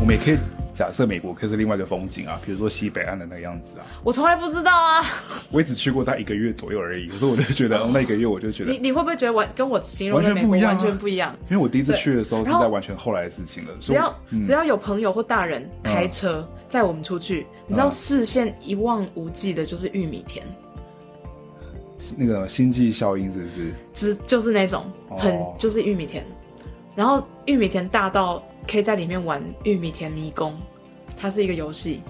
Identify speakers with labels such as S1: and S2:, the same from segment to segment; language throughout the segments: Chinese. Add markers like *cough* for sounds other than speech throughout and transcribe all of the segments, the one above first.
S1: 我们也可以假设美国可以是另外一个风景啊，比如说西北岸的那个样子啊。
S2: 我从来不知道啊。
S1: 我也只去过大概一个月左右而已，可是我就觉得、哦那一个月我就觉得
S2: 你你会不会觉得完跟我形容
S1: 完
S2: 的
S1: 全
S2: 美
S1: 不
S2: 国
S1: 一样啊
S2: 完全不一样？
S1: 因为我第一次
S2: 对
S1: 去的时候是
S2: 然后
S1: 在完全后来的事情了，
S2: 只
S1: 所以嗯我
S2: 要、只要有朋友或大人开车载我们出去，你知道
S1: 嗯
S2: 视线一望无际的就是玉米田，
S1: 那个星际效应是不是？
S2: 只就是那种很、
S1: 哦
S2: 就是玉米田，然后玉米田大到可以在里面玩玉米田迷宫，它是一个游戏，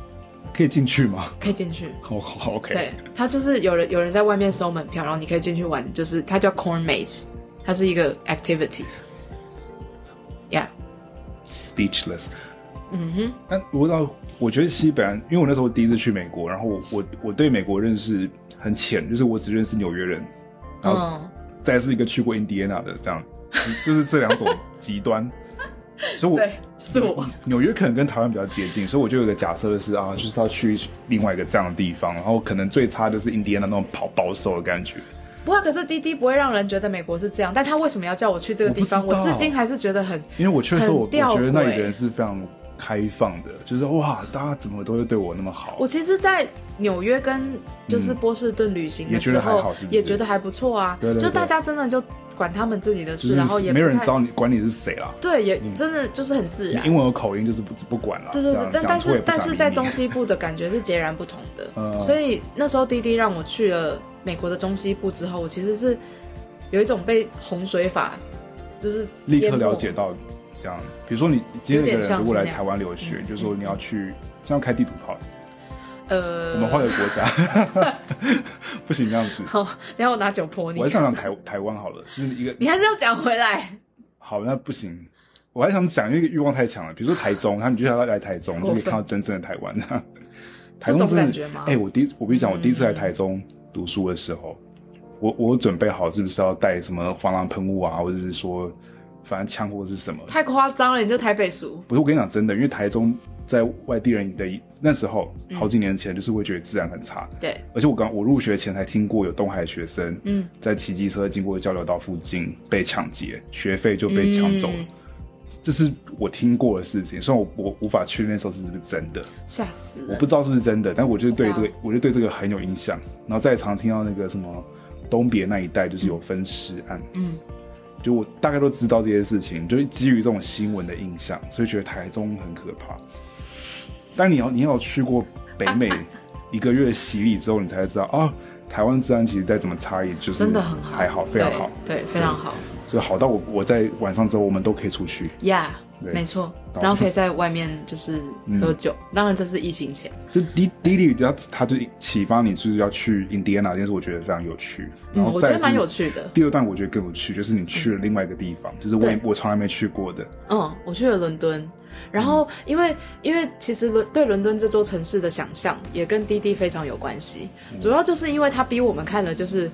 S1: 可以进去吗？ *laughs* 哦
S2: 可以进去。
S1: 好好好 OK，
S2: 对，它就是有人有人在外面收门票，然后你可以进去玩，就是它叫 Corn Maze，它是一个 activity。Yeah，
S1: ，speechless。
S2: 嗯哼，
S1: 但我不知道，我觉得西北岸，因为我那时候第一次去美国，然后我我我对美国认识很浅，就是我只认识纽约人，然后
S2: 嗯，
S1: 再是一个去过印第安纳的这样，只就是这两种极端。所以我，
S2: *laughs* 对，是我。
S1: 纽约可能跟台湾比较接近，所以我就有个假设的是啊，就是要去另外一个这样的地方，然后可能最差就是印第安纳那种保保守的感觉。
S2: 不过，可是滴滴不会让人觉得美国是这样，但他为什么要叫我去这个地方？
S1: 我
S2: 我
S1: 不知道
S2: 至今还是觉得很
S1: 因为我去的时候，我我
S2: 很吊诡
S1: 觉得那里的人是非常开放的，就是哇，大家怎么都会对我那么好
S2: 我。其实，在纽约跟就是波士顿旅行
S1: 嗯也
S2: 的
S1: 觉
S2: 时
S1: 得还
S2: 候，
S1: 好是不是
S2: 也觉得还不错啊。
S1: 对对对
S2: 就大家真的就管他们自己的事，
S1: 就
S2: 然后
S1: 是
S2: 也
S1: 没有人
S2: 不
S1: 知
S2: 太
S1: 道你管你是谁啦，
S2: 对，也真的就是很自
S1: 你
S2: 然。
S1: 英文有口音就是不不管啦。
S2: 对对
S1: 这
S2: 对
S1: 样，
S2: 但但
S1: 讲出
S2: 是
S1: 也不想
S2: 但是在
S1: 理你
S2: 中西部的感觉是截然不同的，
S1: 嗯
S2: 所以那时候滴滴让我去了美国的中西部之后，我其实是有一种被洪水法就是
S1: 立刻
S2: 淹没
S1: 了解到这样。比如说你今天有个
S2: 有点
S1: 人
S2: 像
S1: 如果来
S2: 是那样
S1: 台湾留学，
S2: 嗯
S1: 就说你要去，像开地图炮，
S2: 呃，
S1: 我们换个国家，不行这样子。
S2: 好，然后我拿酒泼你
S1: 我还，想讲台台湾好了，就是一个
S2: 你还是要讲回来，
S1: 好那不行。我还想讲，因为欲望太强了。比如说台中，他们就要来台中，就
S2: 过
S1: 可
S2: 分
S1: 以看到真正的台湾。台
S2: 这
S1: 中
S2: 种
S1: 真的
S2: 感觉吗？嗯
S1: 哎、我第一，我跟你讲，我第一次来台中读书的时候，我我准备好是不是要带什么防狼喷雾啊，或者是说，反正枪或者是什么？
S2: 太夸张了，你就台北俗，
S1: 不是，我跟你讲真的，因为台中在外地人的那时候，
S2: 嗯
S1: 好几年前就是会觉得治安很差，
S2: 对，
S1: 而且我刚我入学前才听过有东海学生
S2: 嗯，
S1: 在骑机车经过交流道附近被抢劫，学费就被抢走了。
S2: 嗯
S1: 这是我听过的事情，虽然我我无法确认那时候是不是真的，
S2: 吓死
S1: 我
S2: 人
S1: 不，知道是不是真的，但我就是对
S2: 哇
S1: 这个，我就对这个很有印象。然后再常听到那个什么东别那一带，就是有分尸案，
S2: 嗯，
S1: 就我大概都知道这些事情，就是基于这种新闻的印象，所以觉得台中很可怕。但你要你要去过北
S2: *laughs*
S1: 美一个月洗礼之后，你才知道啊，台湾治安其实再怎么差异，就是
S2: 真的很好，
S1: 嗯还好，非常好，嗯
S2: 对，对，非常好
S1: 就好到我我在晚上之后我们都可以出去。
S2: ，Yeah，
S1: 对
S2: 没错，
S1: 到
S2: 然后可以在外面就是
S1: 嗯
S2: 喝酒，当然这是疫情前。
S1: 就滴滴滴，他他就启发你就是要去印第安纳这件事，我觉得非常有趣。然
S2: 嗯，
S1: 后
S2: 我
S1: 再来
S2: 觉得
S1: 是
S2: 蛮有趣的。嗯
S1: 第二段我觉得更有趣，就是你去了另外一个地方，就是我也
S2: 对
S1: 我从来没去过的。
S2: 嗯，我去了伦敦，然
S1: 嗯
S2: 后因为、因为其实伦对伦敦这座城市的想象也跟滴滴非常有关系，
S1: 嗯
S2: 主要就是因为它逼我们看了就是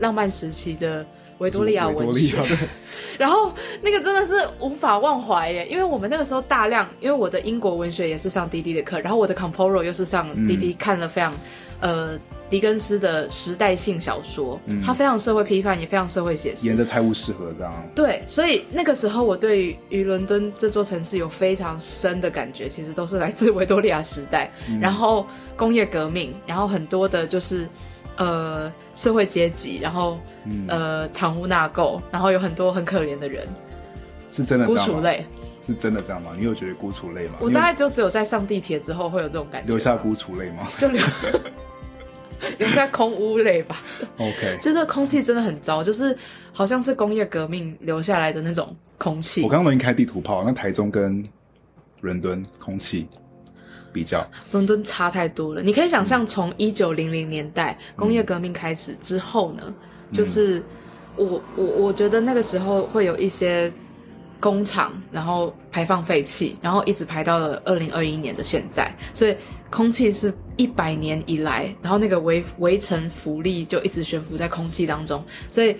S2: 浪漫时期的维多利亚
S1: 维多
S2: 文
S1: 利
S2: 学
S1: 亚，，对
S2: 然后那个真的是无法忘怀耶，因为我们那个时候大量，因为我的英国文学也是上滴滴的课，然后我的 Comporo 又是上滴滴看了非常，呃。狄更斯的时代性小说，它非常社会批判，也非常社会写实，
S1: 沿着泰晤士河这样。
S2: 对，所以那个时候我对于于伦敦这座城市有非常深的感觉，其实都是来自维多利亚时代， *laughs* 然后工业革命，然后很多的就是呃社会阶级，然后、
S1: 嗯
S2: 呃藏污纳垢，然后有很多很可怜的人，
S1: 是真的这
S2: 孤
S1: 样
S2: 雏
S1: 吗？
S2: 类。
S1: 是真的这样吗？你有觉得孤雏类吗？
S2: 我
S1: 你有
S2: 大概就只有在上地铁之后会有这种感觉，
S1: 留下孤雏类
S2: *laughs*
S1: 吗
S2: 就留留下空屋类吧。
S1: ？OK，
S2: 真的空气真的很糟，就是好像是工业革命留下来的那种空气。
S1: 我刚刚已经开地图炮，那台中跟伦敦空气比较，
S2: 伦敦差太多了。你可以想
S1: 嗯
S2: 象，从一九零零年代工业革命开始之后呢，
S1: 嗯
S2: 就是我我我觉得那个时候会有一些工厂，然后排放废气，然后一直排到了二零二一年的现在，所以空气是一百年以来，然后那个围围城浮力就一直悬浮在空气当中，所以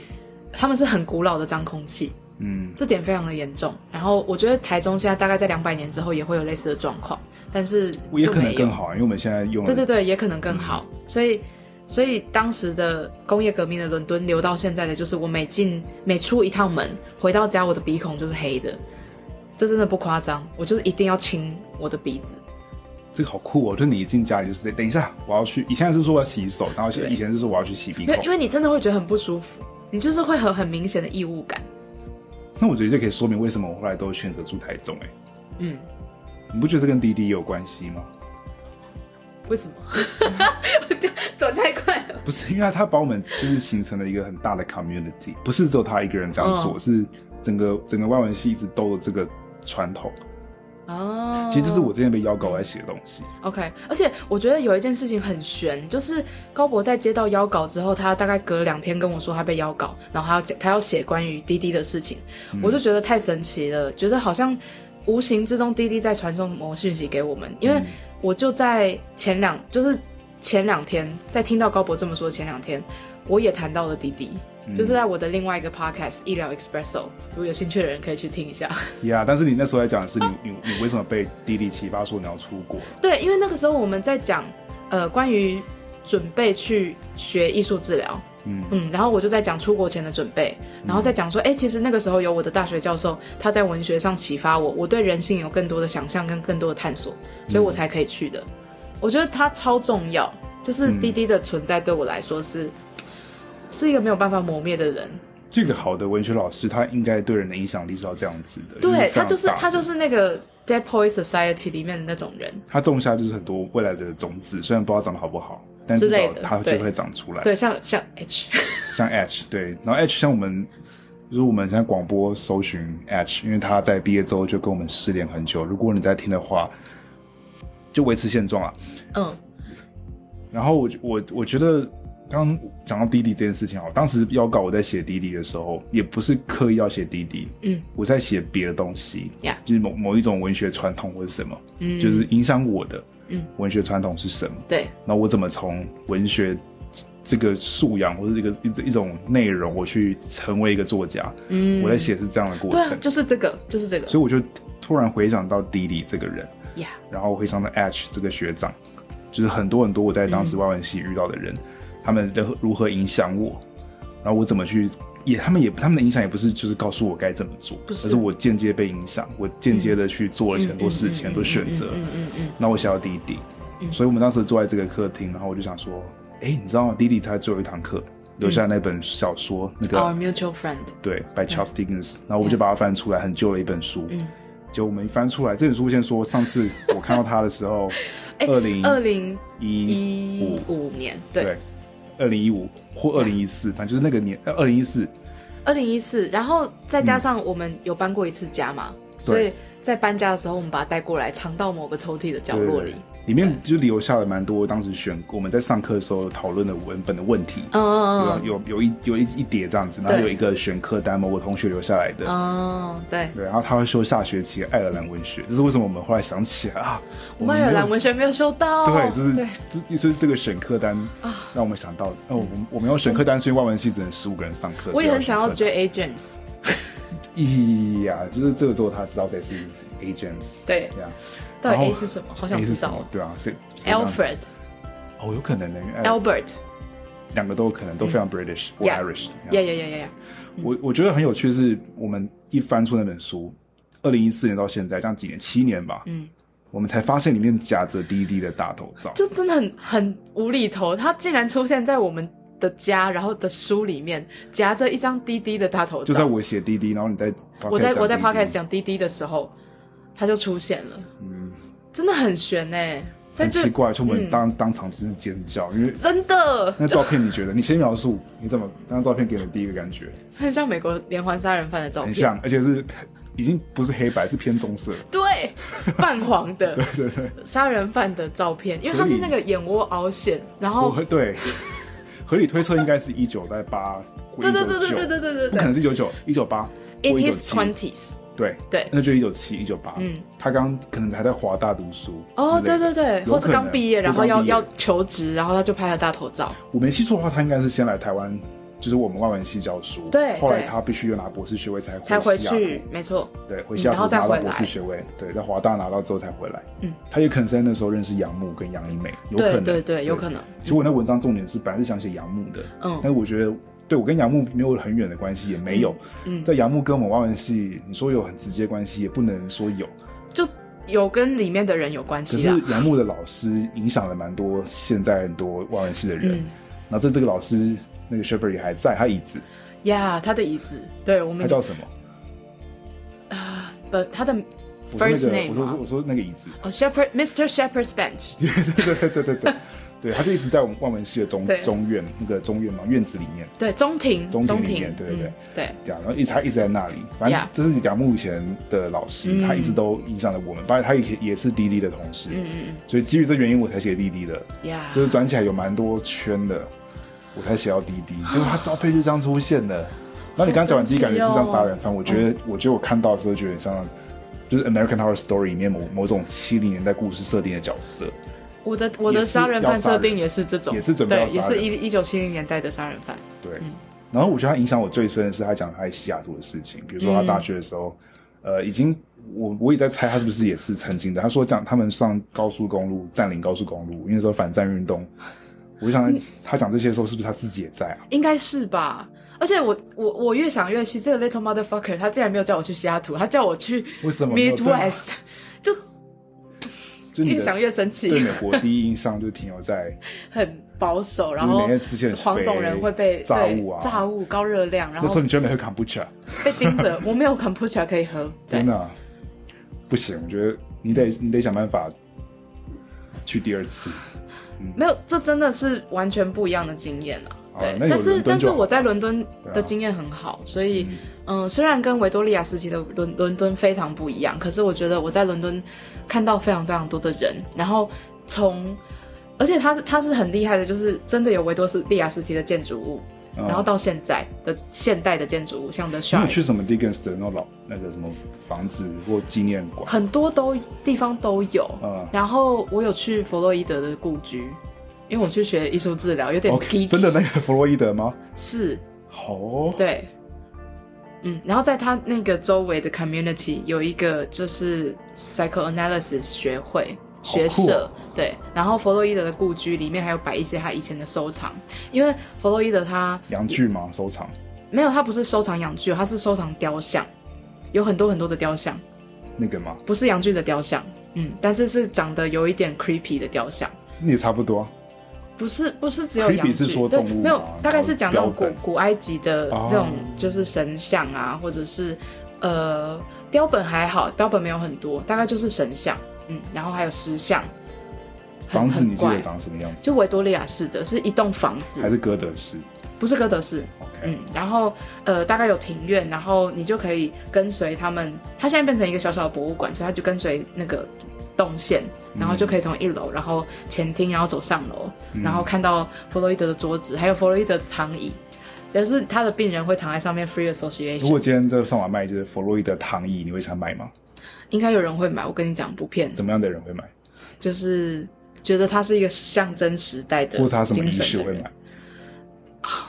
S2: 他们是很古老的脏空气。
S1: 嗯，
S2: 这点非常的严重。然后我觉得台中现在大概在两百年之后也会有类似的状况，但是
S1: 也
S2: 就
S1: 可能
S2: 没有
S1: 更好，啊因为我们现在用了
S2: 对对对，也可能更好。
S1: 嗯
S2: 所以，所以当时的工业革命的伦敦留到现在的，就是我每进每出一趟门，回到家我的鼻孔就是黑的，这真的不夸张。我就是一定要清我的鼻子。
S1: 这个好酷哦！就你一进家里就是等一下，我要去。以前是说我要洗手，然后现
S2: 对
S1: 以前是说我要去洗鼻
S2: 因为因
S1: 孔。
S2: 为你真的会觉得很不舒服，你就是会有很明显的异物感。
S1: 那我觉得这可以说明为什么我后来都选择住台中、欸。
S2: 嗯，
S1: 你不觉得这跟滴滴有关系吗？
S2: 为什么？ *laughs* 转太快了。
S1: 不是，因为他把我们就是形成了一个很大的 community，不是只有他一个人这样做，
S2: 嗯
S1: 是整个整个外文系一直都有这个传统。
S2: 哦，
S1: 其实这是我之前被邀稿来写的东西，
S2: OK，而且我觉得有一件事情很悬，就是高博在接到邀稿之后，他大概隔两天跟我说他被邀稿，然后他要讲他要写关于滴滴的事情，我就觉得太神奇了，觉得好像无形之中滴滴在传送某讯息给我们，因为
S1: 嗯
S2: 我就在前两就是前两天在听到高博这么说的前两天，我也谈到了滴滴。就是在我的另外一个 podcast《医疗 Expresso》，如果有兴趣的人可以去听一下。
S1: 呀。但是你那时候在讲的是你你你为什么被滴滴启发说你要出国？
S2: 对，因为那个时候我们在讲呃关于准备去学艺术治疗，
S1: 嗯
S2: 嗯，然后我就在讲出国前的准备，然后再讲说，哎、其实那个时候有我的大学教授，他在文学上启发我，我对人性有更多的想象跟更多的探索，
S1: 嗯
S2: 所以我才可以去的。我觉得它超重要，就是滴滴的存在对我来说是、是一个没有办法磨灭的人，
S1: 这个好的文学老师，他应该对人的影响力是要这样子的。因为
S2: 对
S1: 嗯非常
S2: 他就是
S1: 大
S2: 他就是那个 Dead Poet Society 里面的那种人，
S1: 他种下就是很多未来的种子，虽然不知道长得好不好，但
S2: 之
S1: 至
S2: 类
S1: 少
S2: 的
S1: 它就
S2: 对
S1: 会长出来。
S2: 对，像像 H。 *laughs*
S1: 像 H 对，然后 H 像我们，就是我们现在广播搜寻 H，因为他在毕业之后就跟我们失联很久。如果你在听的话，就维持现状啊。
S2: 嗯，
S1: 然后我我我觉得刚刚讲到滴滴这件事情好，当时要搞我在写滴滴的时候，也不是刻意要写滴滴，
S2: 嗯，
S1: 我在写别的东西
S2: Yeah
S1: 就是某某一种文学传统或者什么，
S2: 嗯
S1: 就是影响我的，
S2: 嗯，
S1: 文学传统是什么？
S2: 对，
S1: 那我怎么从文学这个素养或者一个一一种内容，我去成为一个作家？
S2: 嗯，
S1: 我在写是这样的过
S2: 对
S1: 程，
S2: 啊，就是这个，就是这个
S1: 所以我就突然回想到迪迪这个人，
S2: 呀
S1: 然后回想到 H 这个学长，就是很多很多我在当
S2: 嗯
S1: 时外文系遇到的人，他们的如何影响我，然后我怎么去。也，他们也，他们的影响也不是就是告诉我该怎么做，
S2: 不是
S1: 而是我间接被影响，我间接的去做了很多事情，很多选择，
S2: 嗯嗯嗯
S1: 那我想要弟弟，
S2: 嗯
S1: 所以我们当时坐在这个客厅，然后我就想说，哎、你知道吗？弟弟他最后一堂课留下那本小说，那个、
S2: ，Our mutual friend，
S1: 对，by Charles Dickens，、然后我们就把它翻出来，很旧的一本书。
S2: 嗯，，
S1: 结果我们一翻出来，这本书先说，上次我看到它的时候
S2: *laughs* 哎
S1: 二零
S2: 二零
S1: 一
S2: 一
S1: 五
S2: 五年，对
S1: 对，，二零一五或二零一四，反正就是那个年，呃二零一四
S2: 二零一四，然后再加上我们有搬过一次家嘛，
S1: 嗯
S2: 所以在搬家的时候，我们把它带过来，藏到某个抽屉的角落里。
S1: 里面就留下了蛮多当时选我们在上课的时候讨论的文本的问题。
S2: 嗯嗯嗯
S1: 有有啊有一有一一叠这样子，然后
S2: 对
S1: 有一个选课单嘛，我同学留下来的，
S2: 嗯，哦，对，
S1: 对，然后他会修下学期的爱尔兰文学，这是为什么我们后来想起来啊，
S2: 我们爱尔兰文学没有收到，
S1: 对，就
S2: 哦对啊
S1: 是这就是这个选课单让我们想到，哦，我们我们要选课单，所以外文系只能十五个人上课。
S2: 嗯我也很
S1: 所以
S2: 想
S1: 选
S2: 要
S1: 课
S2: J A James，
S1: 单。咦呀，就是这个之后他知道谁是 A James，
S2: 对，
S1: 对啊，
S2: 到底
S1: 然后
S2: A 是什么？好想
S1: A 是
S2: 知
S1: 什
S2: 道
S1: 么
S2: 哦。
S1: 对啊，谁谁让
S2: Alfred、
S1: 哦，有可能的，因为哎
S2: Albert，
S1: 两个都有可能都非常 British 或
S2: 嗯 Yeah 嗯
S1: Irish。
S2: 呀呀呀呀呀，
S1: 我我觉得很有趣的是，我们一翻出那本书，二零一四年到现在这样几年，七年吧，
S2: 嗯。
S1: 我们才发现里面夹着滴滴的大头照。
S2: 就真的很很无厘头，它竟然出现在我们的家，然后的书里面夹着一张滴滴的大头
S1: 就在
S2: 照。
S1: 我写滴滴，然后你在
S2: 我在我在 podcast
S1: podcast
S2: 讲滴滴的时候，它就出现了，
S1: 嗯，
S2: 真的很悬哎、在
S1: 很
S2: 这
S1: 奇怪，就我
S2: 嗯
S1: 们当、当场就是尖叫，因为
S2: 真的
S1: 那照片你觉得，你先描述你怎么那张照片给你的第一个感觉，
S2: 很像美国连环杀人犯的照
S1: 很
S2: 片，
S1: 像，而且是已经不是黑白，是偏棕色，
S2: *laughs* 对，泛黄的
S1: *laughs* 对对，
S2: 杀人犯的照片，因为它
S1: 合理
S2: 是那个眼窝凹陷，然
S1: 我
S2: 后
S1: 合对合理推测应该是一九在八或
S2: 对
S1: 一
S2: 对对对
S1: 九
S2: 对
S1: 九，
S2: 对对对
S1: 不可能
S2: 对
S1: 是一九九一九八
S2: ，in
S1: 或一九
S2: his
S1: 七，
S2: twenties，
S1: 对，
S2: 对，
S1: 那就一九七一九八，
S2: 嗯，
S1: 他刚可能还在华大读书
S2: 哦，
S1: 之类
S2: 对
S1: 的
S2: 对对，
S1: 有
S2: 或是
S1: 可
S2: 刚
S1: 能
S2: 毕业，
S1: 或
S2: 然后
S1: 刚
S2: 要
S1: 毕业
S2: 要求职，然后他就拍了大头照。
S1: 我没记错的话，他应该是先来台湾，就是我们外文系教书，
S2: 对
S1: 后来
S2: 对
S1: 他必须要拿博士学位才
S2: 才回
S1: 西雅图
S2: 去，没错。
S1: 对，回西雅
S2: 嗯然后
S1: 图
S2: 再
S1: 拿
S2: 回
S1: 到
S2: 来
S1: 博士学位，对，在华大拿到之后才回来。
S2: 嗯，
S1: 他也可能是在那时候认识杨牧跟杨一梅，有可
S2: 对
S1: 能，
S2: 对对，有可。能。
S1: 其实我那文章重点是本来是想写杨牧的，但
S2: 嗯
S1: 是我觉得对我跟杨牧没有很远的关系，也没有。
S2: 嗯，
S1: 在杨牧跟我们外文系，你说有很直接关系，也不能说有。
S2: 就有跟里面的人有关
S1: 可
S2: 系
S1: 是
S2: 啊。
S1: 杨牧的老师影响了蛮多现在很多外文系的人。
S2: 嗯
S1: 然后这这个老师那个 s h e p e r d 也还在，他椅子，
S2: 呀他的椅子，对我
S1: 他
S2: 们
S1: 叫什么？
S2: 啊，不，他的
S1: 我说那
S2: first
S1: 个，我
S2: name
S1: 说
S2: 啊
S1: 我说那个椅子，
S2: 哦，Shepherd Mr. Shepherd's Bench，
S1: 对对对对
S2: *laughs*
S1: 对，对，他就一直在我们外文系的中
S2: 对
S1: 中院那个中院嘛院子里面。
S2: 对，中庭，
S1: 中庭
S2: 中
S1: 里
S2: 庭
S1: 面，对对对
S2: 嗯对，
S1: 这样，然后一直他一直在那里，反正
S2: Yeah
S1: 这是杨牧以前的老师，
S2: 嗯
S1: 他一直都影响了我们，反正他也也是滴滴的同事，
S2: 嗯嗯
S1: 所以基于这原因我才写滴滴的，
S2: 嗯，呀，
S1: 就是转起来有蛮多圈的，我才写到滴
S2: *gasps*
S1: 滴，结果他招配就这样出现的。然后你刚刚讲完第一感觉是像杀人犯，我觉得
S2: 嗯
S1: 我觉得我看到的时候觉得像就是《American Horror Story》里面某某种七零年代故事设定的角色，
S2: 我的我的
S1: 也是
S2: 杀人
S1: 要
S2: 犯
S1: 杀
S2: 设定
S1: 人
S2: 也是这种，
S1: 也是准备要
S2: 对，也
S1: 杀
S2: 是
S1: 人
S2: 一一九七零年代的杀人犯，
S1: 对，
S2: 嗯
S1: 然后我觉得他影响我最深的是他讲他在西雅图的事情，比如说他大学的时候，
S2: 嗯
S1: 呃，已经我我也在猜他是不是也是曾经的。他说讲他们上高速公路占领高速公路，因为那时候反战运动，我就想
S2: 嗯
S1: 他讲这些的时候是不是他自己也在啊？
S2: 应该是吧。而且我我我越想越气，这个 little motherfucker 他竟然没有叫我去西雅图，他叫我去
S1: 为什么没有
S2: Midwest，就
S1: 就你
S2: 越
S1: 的
S2: 想越 *laughs* 生
S1: 对
S2: 气，
S1: 美国第一印象就停留在
S2: 很保守，然
S1: 就是
S2: 后
S1: 每天吃些很肥
S2: 黄种人会被
S1: 炸
S2: 对
S1: 物啊
S2: 炸物高热量，然
S1: 那时候
S2: 后
S1: 你居然没喝 kombucha，
S2: 被
S1: *laughs*
S2: 盯着，我没有 kombucha 可以喝，对
S1: 真，的啊不行，我觉得你得你得想办法去第二次。
S2: 没有，这真的是完全不一样的经验啊。
S1: 好
S2: 对，
S1: 哦那有
S2: 但
S1: 伦
S2: 是
S1: 敦
S2: 但是
S1: 就好
S2: 我在伦敦
S1: 对啊
S2: 的经验很好，所以嗯、虽然跟维多利亚时期的伦伦敦非常不一样，可是我觉得我在伦敦看到非常非常多的人，然后从而且它是它是很厉害的，就是真的有维多利亚时期的建筑物，
S1: 嗯
S2: 然后到现在的现代的建筑物，像 The
S1: 你有
S2: Shard，
S1: 去什么 Dickens 的那种老那个什么房子或纪念
S2: *laughs*
S1: 馆？
S2: 很多都地方都有。
S1: 嗯
S2: 然后我有去弗洛伊德的故居，因为我去学艺术治疗，有点
S1: ，OK，
S2: geeky
S1: 哦真的那个弗洛伊德吗？
S2: 是
S1: 好哦，
S2: 对，嗯，然后在他那个周围的 community 有一个就是 psychoanalysis 学会
S1: 好酷哦
S2: 学社，对，然后弗洛伊德的故居里面还有摆一些他以前的收藏，因为弗洛伊德他
S1: 洋剧吗？收藏
S2: 没有，他不是收藏洋具，他哦是收藏雕像，有很多很多的雕像，
S1: 那个吗？
S2: 不是洋具的雕像，嗯，但是是长得有一点 creepy 的雕像。
S1: 那也差不多。啊
S2: 不是不是只有
S1: Creepy
S2: 洋
S1: 是
S2: 剧，
S1: 说
S2: 对，
S1: 动物
S2: 没有
S1: 吗，哦
S2: 大概是讲那种
S1: 标
S2: 古
S1: 本
S2: 古埃及的
S1: 哦
S2: 那种就是神像啊，或者是呃标本还好，标本没有很多，大概就是神像，嗯，然后还有石像，很
S1: 房子
S2: 很
S1: 你记得
S2: 怪
S1: 长什么样子？
S2: 就维多利亚式的是一栋房
S1: 还
S2: 子，
S1: 是哥德式
S2: 不是哥德式，
S1: ？OK，
S2: 嗯，然后呃大概有庭院，然后你就可以跟随他们，它现在变成一个小小的博物馆，所以它就跟随那个动线，然后就可以从一楼，然后前厅，然后走上楼，
S1: 嗯
S2: 然后看到弗洛伊德的桌子，还有弗洛伊德的躺椅，就是他的病人会躺在上面 free
S1: 如果
S2: association，
S1: 今天这上网卖就是弗洛伊德躺椅，你会想买吗？
S2: 应该有人会买。我跟你讲，不骗，
S1: 怎么样的人会买？
S2: 就是觉得他是一个象征时代的
S1: 或是他什么
S2: 精
S1: 仪
S2: 神
S1: 式
S2: 的
S1: 会
S2: 人，
S1: 买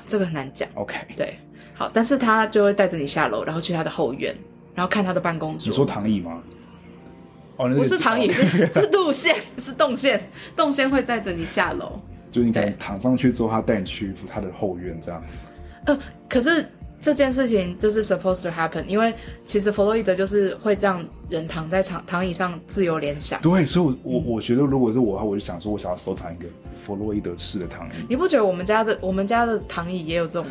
S2: 这个很难讲。
S1: ？OK，
S2: 对，好，但是他就会带着你下楼，然后去他的后院，然后看他的办公桌。
S1: 你说躺椅吗？哦，那个
S2: 不是躺椅，
S1: 哦
S2: 是是路线， *laughs* 是动线，动线会带着你下楼。
S1: 就你可能
S2: 对
S1: 躺上去之后，他带你去他的后院这样。
S2: 呃，可是这件事情就是 supposed to happen，因为其实弗洛伊德就是会让人躺在躺躺椅上自由联想。
S1: 对，所以我，我
S2: 嗯
S1: 我觉得如果是我的话，我就想说，我想要收藏一个弗洛伊德式的躺椅。
S2: 你不觉得我们家的我们家的躺椅也有这种？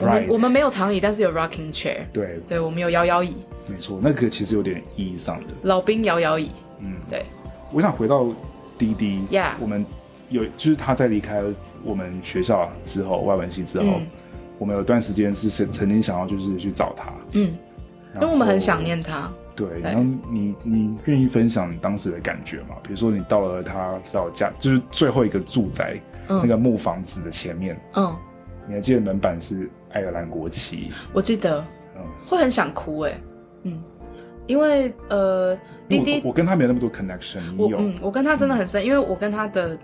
S2: 我们
S1: Right，
S2: 我们没有躺椅，但是有 rocking chair，
S1: 对，
S2: 对我们有摇摇椅，
S1: 没错，那个其实有点意义上的。
S2: 老兵摇摇椅，
S1: 嗯，
S2: 对
S1: 我想回到滴滴
S2: Yeah
S1: 我们有就是他在离开我们学校之后，外文系之后，
S2: 嗯
S1: 我们有段时间是曾曾经想要就是去找他，
S2: 嗯，因为
S1: 然后
S2: 我们很想。念他。
S1: 对，
S2: 对
S1: 然后你你愿意分享你当时的感觉吗？比如说你到了他老家，就是最后一个住宅、
S2: 嗯
S1: 那个木房子的前面，
S2: 嗯，
S1: 你还记得门板是爱尔兰国旗？
S2: 我记得
S1: 嗯，
S2: 会很想哭哎、嗯，因为呃，
S1: 因
S2: 滴
S1: 为
S2: 滴
S1: 我我跟他没有那么多 connection，你
S2: 我
S1: 有？
S2: 嗯，我跟他真的很深，因为我跟他的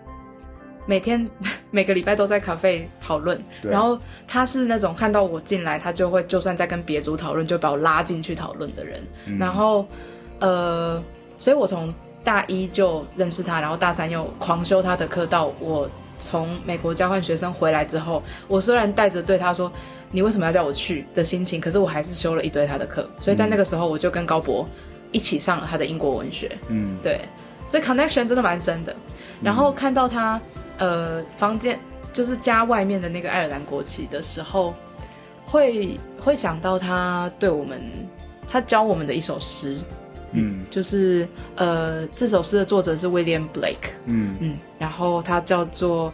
S2: 每天 *laughs* 每个礼拜都在咖啡讨论，
S1: 对
S2: 然后他是那种看到我进来，他就会就算在跟别组讨论，就把我拉进去讨论的人。
S1: 嗯
S2: 然后呃，所以我从大一就认识他，然后大三又狂修他的课，到我从美国交换学生回来之后，我虽然带着对他说。你为什么要叫我去的心情？可是我还是修了一堆他的课，所以在那个时候我就跟高博一起上了他的英国文学，
S1: 嗯，
S2: 对，所以 connection 真的蛮深的。然后看到他呃房间就是家外面的那个爱尔兰国旗的时候，会会想到他对我们他教我们的一首诗，
S1: 嗯
S2: 就是呃这首诗的作者是 William Blake，
S1: 嗯，
S2: 嗯，然后它叫做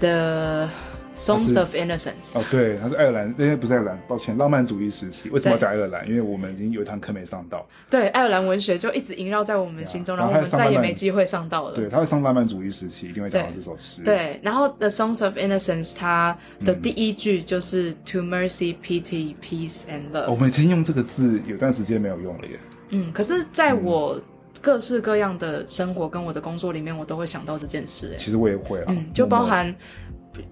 S2: The Songs
S1: 是
S2: of Innocence，
S1: 哦，对，他是爱尔兰，那不是爱尔兰，抱歉，浪漫主义时期。为什么要讲爱尔兰？因为我们已经有一堂课没上到。
S2: 对，爱尔兰文学就一直萦绕在我们心中，
S1: Yeah，
S2: 然后我
S1: 然后
S2: 们
S1: 它上
S2: 再也
S1: 慢慢
S2: 没机会上到了。
S1: 对，他会上浪漫主义时期，一定会讲到这首诗。，
S2: 对，然后《The Songs of Innocence》它的第一句就是、To mercy, pity, peace and
S1: 哦我
S2: love”。
S1: 们已经用这个字有段时间没有用了耶。
S2: 嗯，可是在我各式各样的生活跟我的工作里面，我都会想到这件事、哎，
S1: 其实我也会啊，
S2: 嗯，就包含。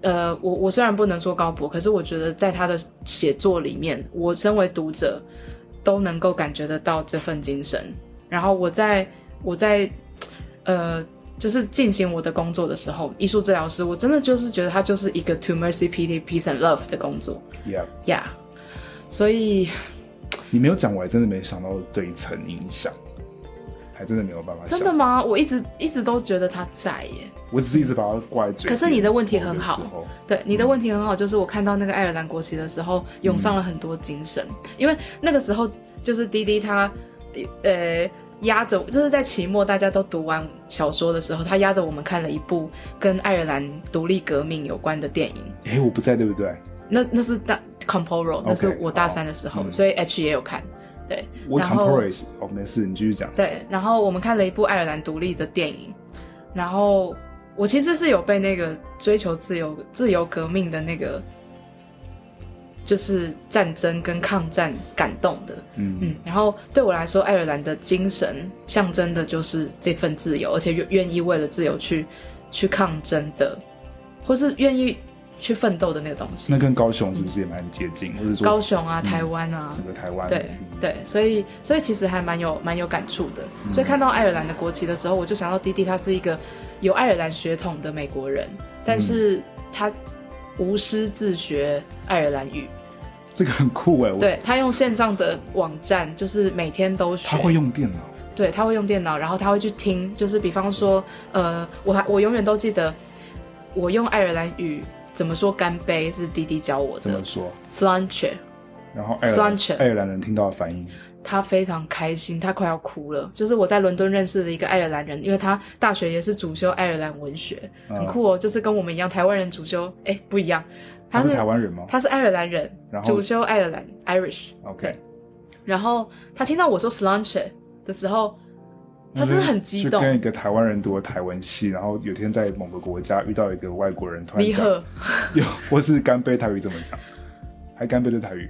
S2: 呃，我我虽然不能说高博，可是我觉得在他的写作里面，我身为读者都能够感觉得到这份精神。然后我在我在呃，就是进行我的工作的时候，艺术治疗师，我真的就是觉得他就是一个 to mercy, pity, peace and love 的工作
S1: Yeah，
S2: ，yeah。所以
S1: 你没有讲，我还真的没想到这一层影响，还真的没有办法想。
S2: 真的吗？我一直一直都觉得他在耶。
S1: 我只是一直把它挂在嘴边。
S2: 可是你的问题很好
S1: 某个时候
S2: 对你的问题很好，就是我看到那个爱尔兰国旗的时候，涌上了很多精神，因为那个时候就是滴滴他，呃，压着，就是在期末大家都读完小说的时候，他压着我们看了一部跟爱尔兰独立革命有关的电影，
S1: 哎、我不在，对不对？
S2: 那那是大 Comporo，那是我大三的时候
S1: 好嗯
S2: 所以 H 也有看，对
S1: 我
S2: 然后
S1: comprise 哦，没事，你继续讲。
S2: 对，然后我们看了一部爱尔兰独立的电影，然后我其实是有被那个追求自由、自由革命的那个，就是战争跟抗战感动的。
S1: 嗯
S2: 嗯，然后对我来说，爱尔兰的精神象征的就是这份自由，而且愿愿意为了自由去去抗争的，或是愿意去奋斗的那个东西
S1: 那。跟高雄是不是也蛮接近？或者说
S2: 高雄啊，
S1: 嗯
S2: 台湾啊，
S1: 整个台湾？嗯
S2: 对对，所以所以其实还蛮有蛮有感触的。所以
S1: 嗯
S2: 看到爱尔兰的国旗的时候，我就想到弟弟他是一个有爱尔兰血统的美国人，但
S1: 嗯
S2: 是他无师自学爱尔兰语，
S1: 这个很酷哎。我，
S2: 对他用线上的网站，就是每天都学，
S1: 他会用电脑。
S2: 对他会用电脑，然后他会去听，就是比方说，呃，我还我永远都记得，我用爱尔兰语怎么说干杯是弟弟教我
S1: 怎
S2: 的
S1: 么说？
S2: ，slanche。
S1: 然后爱尔兰
S2: Slancher
S1: 爱尔兰人听到的反应，
S2: 他非常开心，他快要哭了。就是我在伦敦认识的一个爱尔兰人，因为他大学也是主修爱尔兰文学，
S1: 嗯
S2: 很酷哦，就是跟我们一样，台湾人主修，哎，不一样，
S1: 他
S2: 他
S1: 是
S2: 是
S1: 台湾人吗
S2: 他是爱尔兰人，
S1: 然后
S2: 主修爱尔兰 （Irish）。
S1: ？OK，
S2: 然后他听到我说 slanche 的时候，他真的很激
S1: 就
S2: 动
S1: 跟，一个台湾人读的台文系，然后有天在某个国家遇到一个外国人，突然
S2: 离
S1: 讲，
S2: 合
S1: 有 *laughs* 或是干杯台语怎么讲？还干杯的台语，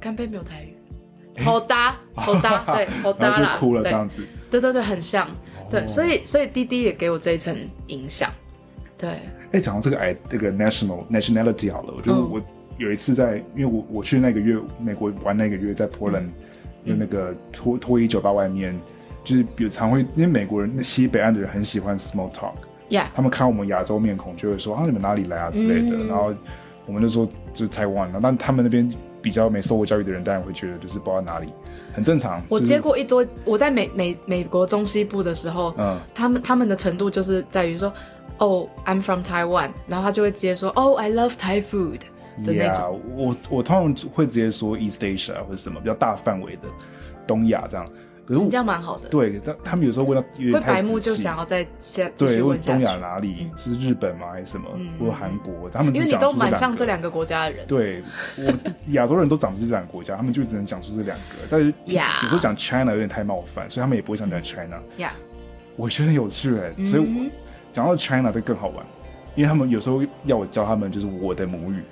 S2: 干杯没有台语，好
S1: *laughs*
S2: 搭好搭，对好
S1: 然
S2: 搭
S1: 后
S2: 啦，
S1: 就哭了这
S2: 对
S1: 样子。
S2: 对对对，很像，对，
S1: 哦
S2: 所以所以滴滴也给我这一层影响，对，
S1: 哎，讲到这个哎，这个 national nationality 好了，我觉得
S2: 嗯
S1: 我有一次在，因为我我去那个月美国玩那个月，在波兰的
S2: 嗯
S1: 那个脱脱衣酒吧外面，就是有常会，因为美国人那西北岸的人很喜欢 small talk，
S2: 呀、
S1: 他们看我们亚洲面孔就会说啊你们哪里来啊之类的，
S2: 嗯
S1: 然后我们就说就是台湾了，但他们那边比较没受过教育的人，当然会觉得就是不知道哪里，很正常。
S2: 我
S1: 就是
S2: 接，过一堆，我在美美美国中西部的时候，
S1: 嗯，
S2: 他们他们的程度就是在于说，哦、i m from Taiwan，然后他就会接说，哦、i love Thai food 的那
S1: Yeah，
S2: 种。
S1: 我我通常会直接说 East Asia 或者什么比较大范围的东亚这样。可是我
S2: 你这样蛮好的，
S1: 对，但他们有时候问到有点哦
S2: 会
S1: 太
S2: 白
S1: 仔
S2: 目就
S1: 细
S2: 想要再下继续
S1: 对，
S2: 问
S1: 问
S2: 下
S1: 东
S2: 去，
S1: 亚哪里，
S2: 嗯
S1: 就是日本吗还是什么，
S2: 嗯
S1: 或者韩国，他们只
S2: 因为你
S1: 讲
S2: 都
S1: 出
S2: 蛮像这
S1: 两
S2: 两个国家的人
S1: 个。。对，我亚洲人都长出这两个国家，他们就只能讲出这两
S2: *laughs*
S1: 个。但是
S2: Yeah
S1: 有时候讲 China 有点太冒犯，所以他们也不会想讲 China。
S2: 呀，
S1: 我觉得很有趣哎、所以我
S2: 嗯
S1: 讲到 China 这更好玩，因为他们有时候要我教他们就是我的母语，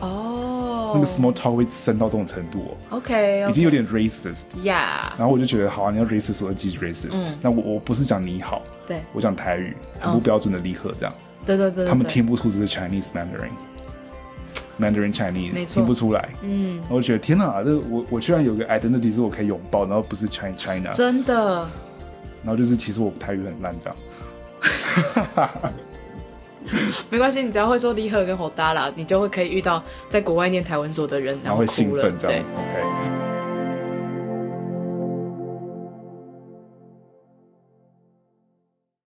S2: 哦，
S1: 那个 small talk 会深到这种程度哦、
S2: OK，
S1: 已经有点 racist。
S2: 呀，
S1: 然后我就觉得好啊，你要 racist 我就继续 racist、
S2: 嗯
S1: 那我我不是讲你好，
S2: 对
S1: 我讲台语，很不标准的离合这样，
S2: 对对对，对
S1: 他们
S2: 对，
S1: 听不出这是 Chinese Mandarin。Mandarin
S2: 没
S1: Chinese
S2: 错
S1: 听不出来，
S2: 嗯，
S1: 然后我觉得天哪，这我我居然有个 identity 是我可以拥抱，然后不是 China China，
S2: 真的，
S1: 然后就是其实我台语很烂这样，
S2: 没关系，你只要会说离合跟吼搭啦，你就会可以遇到在国外念台文所的人，
S1: 然后
S2: 后
S1: 会
S2: 哭
S1: 兴
S2: 了
S1: 奋这
S2: 对
S1: 样。OK，